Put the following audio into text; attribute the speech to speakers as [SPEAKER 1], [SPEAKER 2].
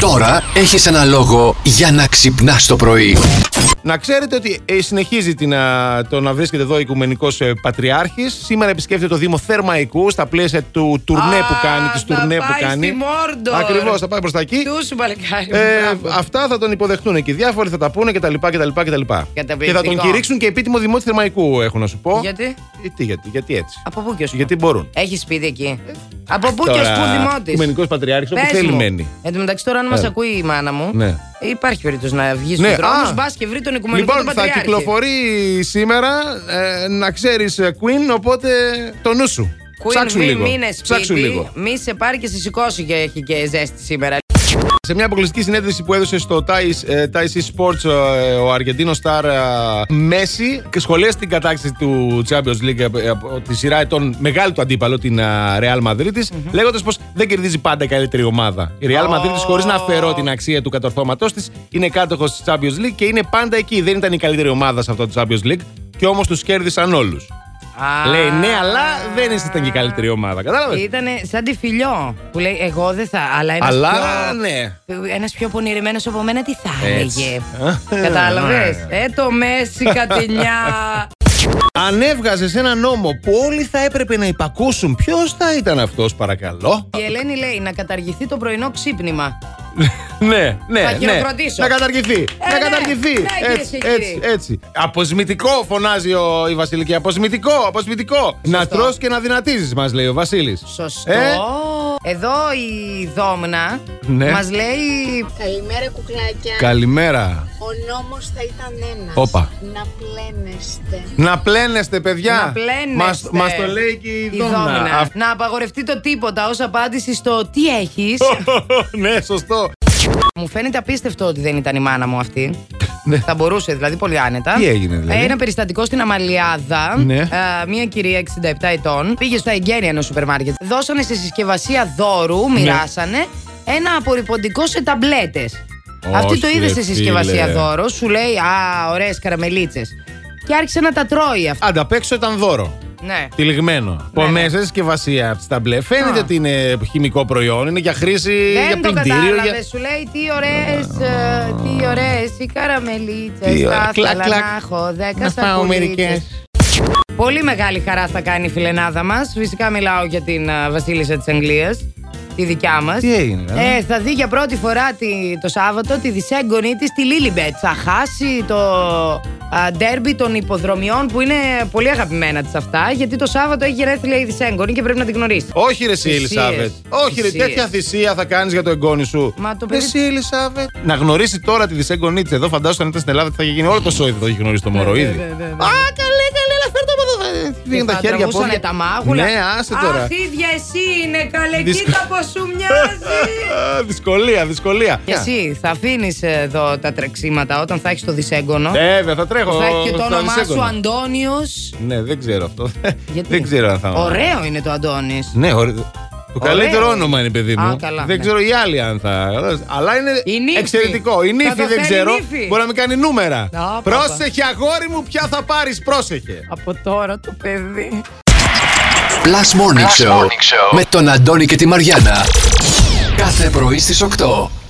[SPEAKER 1] Τώρα έχεις ένα λόγο για να ξυπνάς το πρωί.
[SPEAKER 2] Να ξέρετε ότι ε, συνεχίζει την, α, το να βρίσκεται εδώ ο Οικουμενικός Πατριάρχης. Σήμερα επισκέφτεται το Δήμο Θερμαϊκού στα πλαίσια του τουρνέ
[SPEAKER 3] Α,
[SPEAKER 2] που κάνει. Της
[SPEAKER 3] θα
[SPEAKER 2] τουρνέ που
[SPEAKER 3] πάει
[SPEAKER 2] κάνει.
[SPEAKER 3] στη Μόρντορ.
[SPEAKER 2] Ακριβώς, θα πάει προς τα εκεί.
[SPEAKER 3] Του σου παλικάρι.
[SPEAKER 2] Ε,
[SPEAKER 3] μπράβο.
[SPEAKER 2] αυτά θα τον υποδεχτούν και οι διάφοροι θα τα πούνε κτλ. κτλ, κτλ. Και
[SPEAKER 3] Καταπληκτικό.
[SPEAKER 2] θα τον κηρύξουν και επίτιμο δημό του Θερμαϊκού, έχω να σου πω.
[SPEAKER 3] Γιατί?
[SPEAKER 2] Ε, τι, γιατί, γιατί έτσι.
[SPEAKER 3] Από πού και ω πού.
[SPEAKER 2] Γιατί Ε, μπορούν.
[SPEAKER 3] Έχεις σπίτι εκεί. Από πού και ως πού δημότης.
[SPEAKER 2] Οικουμενικός Πατριάρχης, όπου θέλει μένει.
[SPEAKER 3] Εν τω μεταξύ, τώρα αν μας
[SPEAKER 2] Έλα.
[SPEAKER 3] ακούει η μάνα μου,
[SPEAKER 2] Ναι.
[SPEAKER 3] υπάρχει περίπτωση να βγει
[SPEAKER 2] Ναι,
[SPEAKER 3] στου
[SPEAKER 2] α.
[SPEAKER 3] δρόμου, μπας και βρει τον Οικουμενικό
[SPEAKER 2] Λοιπόν,
[SPEAKER 3] τον
[SPEAKER 2] θα
[SPEAKER 3] Πατριάρχη.
[SPEAKER 2] κυκλοφορεί σήμερα, ε, να ξέρεις Queen, οπότε το νου σου.
[SPEAKER 3] Queen
[SPEAKER 2] Ψάξου
[SPEAKER 3] Bee,
[SPEAKER 2] λίγο.
[SPEAKER 3] μείνες σπίτι,
[SPEAKER 2] Ψάξου λίγο.
[SPEAKER 3] Μη σε πάρει και σε σηκώσει και έχει και ζέστη σήμερα.
[SPEAKER 2] Σε μια αποκλειστική συνέντευξη που έδωσε στο Thai, ε, Thai Sea Sports ε, ο Αργεντίνο Σταρ Μέση, σχολίασε την κατάξυση του Champions League ε, από τη σειρά ετών μεγάλη του αντίπαλο, την ε, Real Madrid, λέγοντας πως δεν κερδίζει πάντα η καλύτερη ομάδα. Η Real Madrid, χωρίς να αφαιρώ την αξία του κατορθώματός της, είναι κάτοχος της Champions League και είναι πάντα εκεί. Δεν ήταν η καλύτερη ομάδα σε αυτό το Champions League και όμως τους κέρδισαν όλους.
[SPEAKER 3] Α.
[SPEAKER 2] Λέει ναι, αλλά δεν ήσασταν και η καλύτερη ομάδα. Κατάλαβες.
[SPEAKER 3] Ήταν σαν τη φιλιό που λέει εγώ δεν θα, αλλά ένας
[SPEAKER 2] Αλλά
[SPEAKER 3] πιο...
[SPEAKER 2] ναι.
[SPEAKER 3] Ένας πιο πονηρημένος από μένα τι θα
[SPEAKER 2] Έτσι. Ναι.
[SPEAKER 3] έλεγε. Κατάλαβες. ε, το Μέση κατηνιά.
[SPEAKER 2] Αν έβγαζες ένα νόμο που όλοι θα έπρεπε να υπακούσουν, ποιος θα ήταν αυτός, παρακαλώ.
[SPEAKER 3] Η Ελένη λέει να καταργηθεί το πρωινό ξύπνημα.
[SPEAKER 2] ναι, ναι.
[SPEAKER 3] Θα
[SPEAKER 2] ναι.
[SPEAKER 3] χειροκροτήσω.
[SPEAKER 2] Να καταργηθεί. να
[SPEAKER 3] ναι.
[SPEAKER 2] καταργηθεί.
[SPEAKER 3] Ναι, κύριε
[SPEAKER 2] έτσι,
[SPEAKER 3] και
[SPEAKER 2] έτσι,
[SPEAKER 3] κύριοι.
[SPEAKER 2] έτσι. Αποσμητικό φωνάζει ο, η Βασιλική. Αποσμητικό, αποσμητικό. Να τρώ και να δυνατίζεις, μας λέει ο Βασίλης.
[SPEAKER 3] Σωστό.
[SPEAKER 2] Ε.
[SPEAKER 3] Εδώ η Δόμνα
[SPEAKER 2] Ναι.
[SPEAKER 3] μας λέει
[SPEAKER 4] Καλημέρα κουκλάκια.
[SPEAKER 2] Καλημέρα.
[SPEAKER 4] Ο νόμος θα ήταν ένας.
[SPEAKER 2] Όπα.
[SPEAKER 4] Να πλένεστε.
[SPEAKER 2] Να πλένεστε, παιδιά.
[SPEAKER 3] να πλένεστε.
[SPEAKER 2] Μας, μας το λέει και η,
[SPEAKER 3] Η
[SPEAKER 2] Δόμνα.
[SPEAKER 3] Δόμνα.
[SPEAKER 2] Αυτή-
[SPEAKER 3] Να απαγορευτεί το τίποτα ως απάντηση στο τι έχεις.
[SPEAKER 2] ναι, σωστό.
[SPEAKER 3] Μου φαίνεται απίστευτο ότι δεν ήταν η μάνα μου αυτή.
[SPEAKER 2] Ναι.
[SPEAKER 3] Θα μπορούσε δηλαδή πολύ άνετα.
[SPEAKER 2] Τι έγινε, δηλαδή?
[SPEAKER 3] Ε, Ένα περιστατικό στην Αμαλιάδα.
[SPEAKER 2] Ναι.
[SPEAKER 3] Ε, μια κυρία 67 ετών πήγε στα εγγένεια ενός σούπερ μάρκετ. Δώσανε σε συσκευασία δώρου,
[SPEAKER 2] Ναι.
[SPEAKER 3] μοιράσανε ένα απορριποντικό σε ταμπλέτες.
[SPEAKER 2] Όχι,
[SPEAKER 3] Αυτή το είδε
[SPEAKER 2] ρε
[SPEAKER 3] σε
[SPEAKER 2] φίλε.
[SPEAKER 3] συσκευασία δώρο, σου λέει Α, ωραίες καραμελίτσες. Και άρχισε να τα τρώει αυτό.
[SPEAKER 2] Άντα, απ' έξω ήταν δώρο.
[SPEAKER 3] Ναι.
[SPEAKER 2] Τυλιγμένο. από
[SPEAKER 3] ναι.
[SPEAKER 2] μέσα συσκευασία από τα μπλε. Φαίνεται
[SPEAKER 3] Α.
[SPEAKER 2] ότι είναι χημικό προϊόν, είναι για χρήση για
[SPEAKER 3] Δεν το
[SPEAKER 2] πλυντήριο.
[SPEAKER 3] κατάλαβες.
[SPEAKER 2] Για...
[SPEAKER 3] Σου λέει τι ωραίες τι ωραίες οι καραμελίτσε.
[SPEAKER 2] Τι ωραία.
[SPEAKER 3] Θα
[SPEAKER 2] Κλακ,
[SPEAKER 3] ήθελα
[SPEAKER 2] κλακ.
[SPEAKER 3] να έχω
[SPEAKER 2] Να
[SPEAKER 3] δέκα
[SPEAKER 2] φάω μερικέ.
[SPEAKER 3] σακουλίτσες. Πολύ μεγάλη χαρά θα κάνει η φιλενάδα μας. Φυσικά μιλάω για την α, Βασίλισσα της Αγγλίας, τη δικιά μας.
[SPEAKER 2] Τι έγινε, ε?
[SPEAKER 3] Ε, θα δει για πρώτη φορά τη, το Σάββατο τη δυσέγγονή της τη Λίλιμπετ. Θα χάσει το α, ντέρμπι των υποδρομιών που είναι πολύ αγαπημένα της αυτά. Γιατί το Σάββατο έχει γενέθλια η δυσέγγονη και πρέπει να την γνωρίσει.
[SPEAKER 2] Όχι, ρε εσύ,
[SPEAKER 3] Θυσίες.
[SPEAKER 2] Ελισάβετ. Όχι, ρε,
[SPEAKER 3] Θυσίες.
[SPEAKER 2] τέτοια θυσία θα κάνεις για το εγγόνι σου.
[SPEAKER 3] Μα το παιδί-
[SPEAKER 2] Εσύ, Ελισάβετ. Να γνωρίσει τώρα τη δυσέγγονή της εδώ, φαντάζομαι αν ήταν στην Ελλάδα τι θα είχε γίνει όλο το σόι, θα είχε γνωρίσει το μωρό ήδη. Α,
[SPEAKER 3] ναι, ναι, ναι, ναι.
[SPEAKER 2] καλέ, καλέ, να φέρτω από εδώ. θα- Φύγαν τα
[SPEAKER 3] θα
[SPEAKER 2] χέρια
[SPEAKER 3] τραβούσανε
[SPEAKER 2] πόδια.
[SPEAKER 3] τα μάγουλα.
[SPEAKER 2] Ναι, άσε τώρα.
[SPEAKER 3] Αχ, ίδια εσύ είναι καλέ,
[SPEAKER 2] Δυσκ-
[SPEAKER 3] κοίτα πως σου μοιάζει.
[SPEAKER 2] Α, Δυσκολία, δυσκολία.
[SPEAKER 3] Και εσύ θα αφήνεις εδώ τα τρεξίματα όταν θα έχεις το δυσέγγωνο.
[SPEAKER 2] Ε, Βέβαια, θα τρέχω.
[SPEAKER 3] Θα έχει και το
[SPEAKER 2] στα
[SPEAKER 3] όνομά σου
[SPEAKER 2] δυσέγγωνα.
[SPEAKER 3] Αντώνιος.
[SPEAKER 2] Ναι, δεν ξέρω αυτό. Δεν ξέρω αν θα.
[SPEAKER 3] Ωραίο είναι το Αντώνης.
[SPEAKER 2] Ναι, ωραίο. Το
[SPEAKER 3] Ωραίο.
[SPEAKER 2] καλύτερο όνομα είναι, παιδί μου.
[SPEAKER 3] Α, καλά,
[SPEAKER 2] δεν
[SPEAKER 3] ναι.
[SPEAKER 2] ξέρω οι άλλοι αν θα. Αλλά είναι
[SPEAKER 3] Η νύφη.
[SPEAKER 2] εξαιρετικό. Η
[SPEAKER 3] Θα
[SPEAKER 2] νύφη
[SPEAKER 3] το
[SPEAKER 2] δεν
[SPEAKER 3] φέρει
[SPEAKER 2] ξέρω.
[SPEAKER 3] η νύφη.
[SPEAKER 2] Μπορεί να μην κάνει νούμερα.
[SPEAKER 3] παπα.
[SPEAKER 2] πρόσεχε, αγόρι μου, ποια θα πάρεις. Πρόσεχε.
[SPEAKER 3] Από τώρα το παιδί.
[SPEAKER 1] Plus Morning, Show, με τον Αντώνη και τη Μαριάνα. Κάθε πρωί στις 8.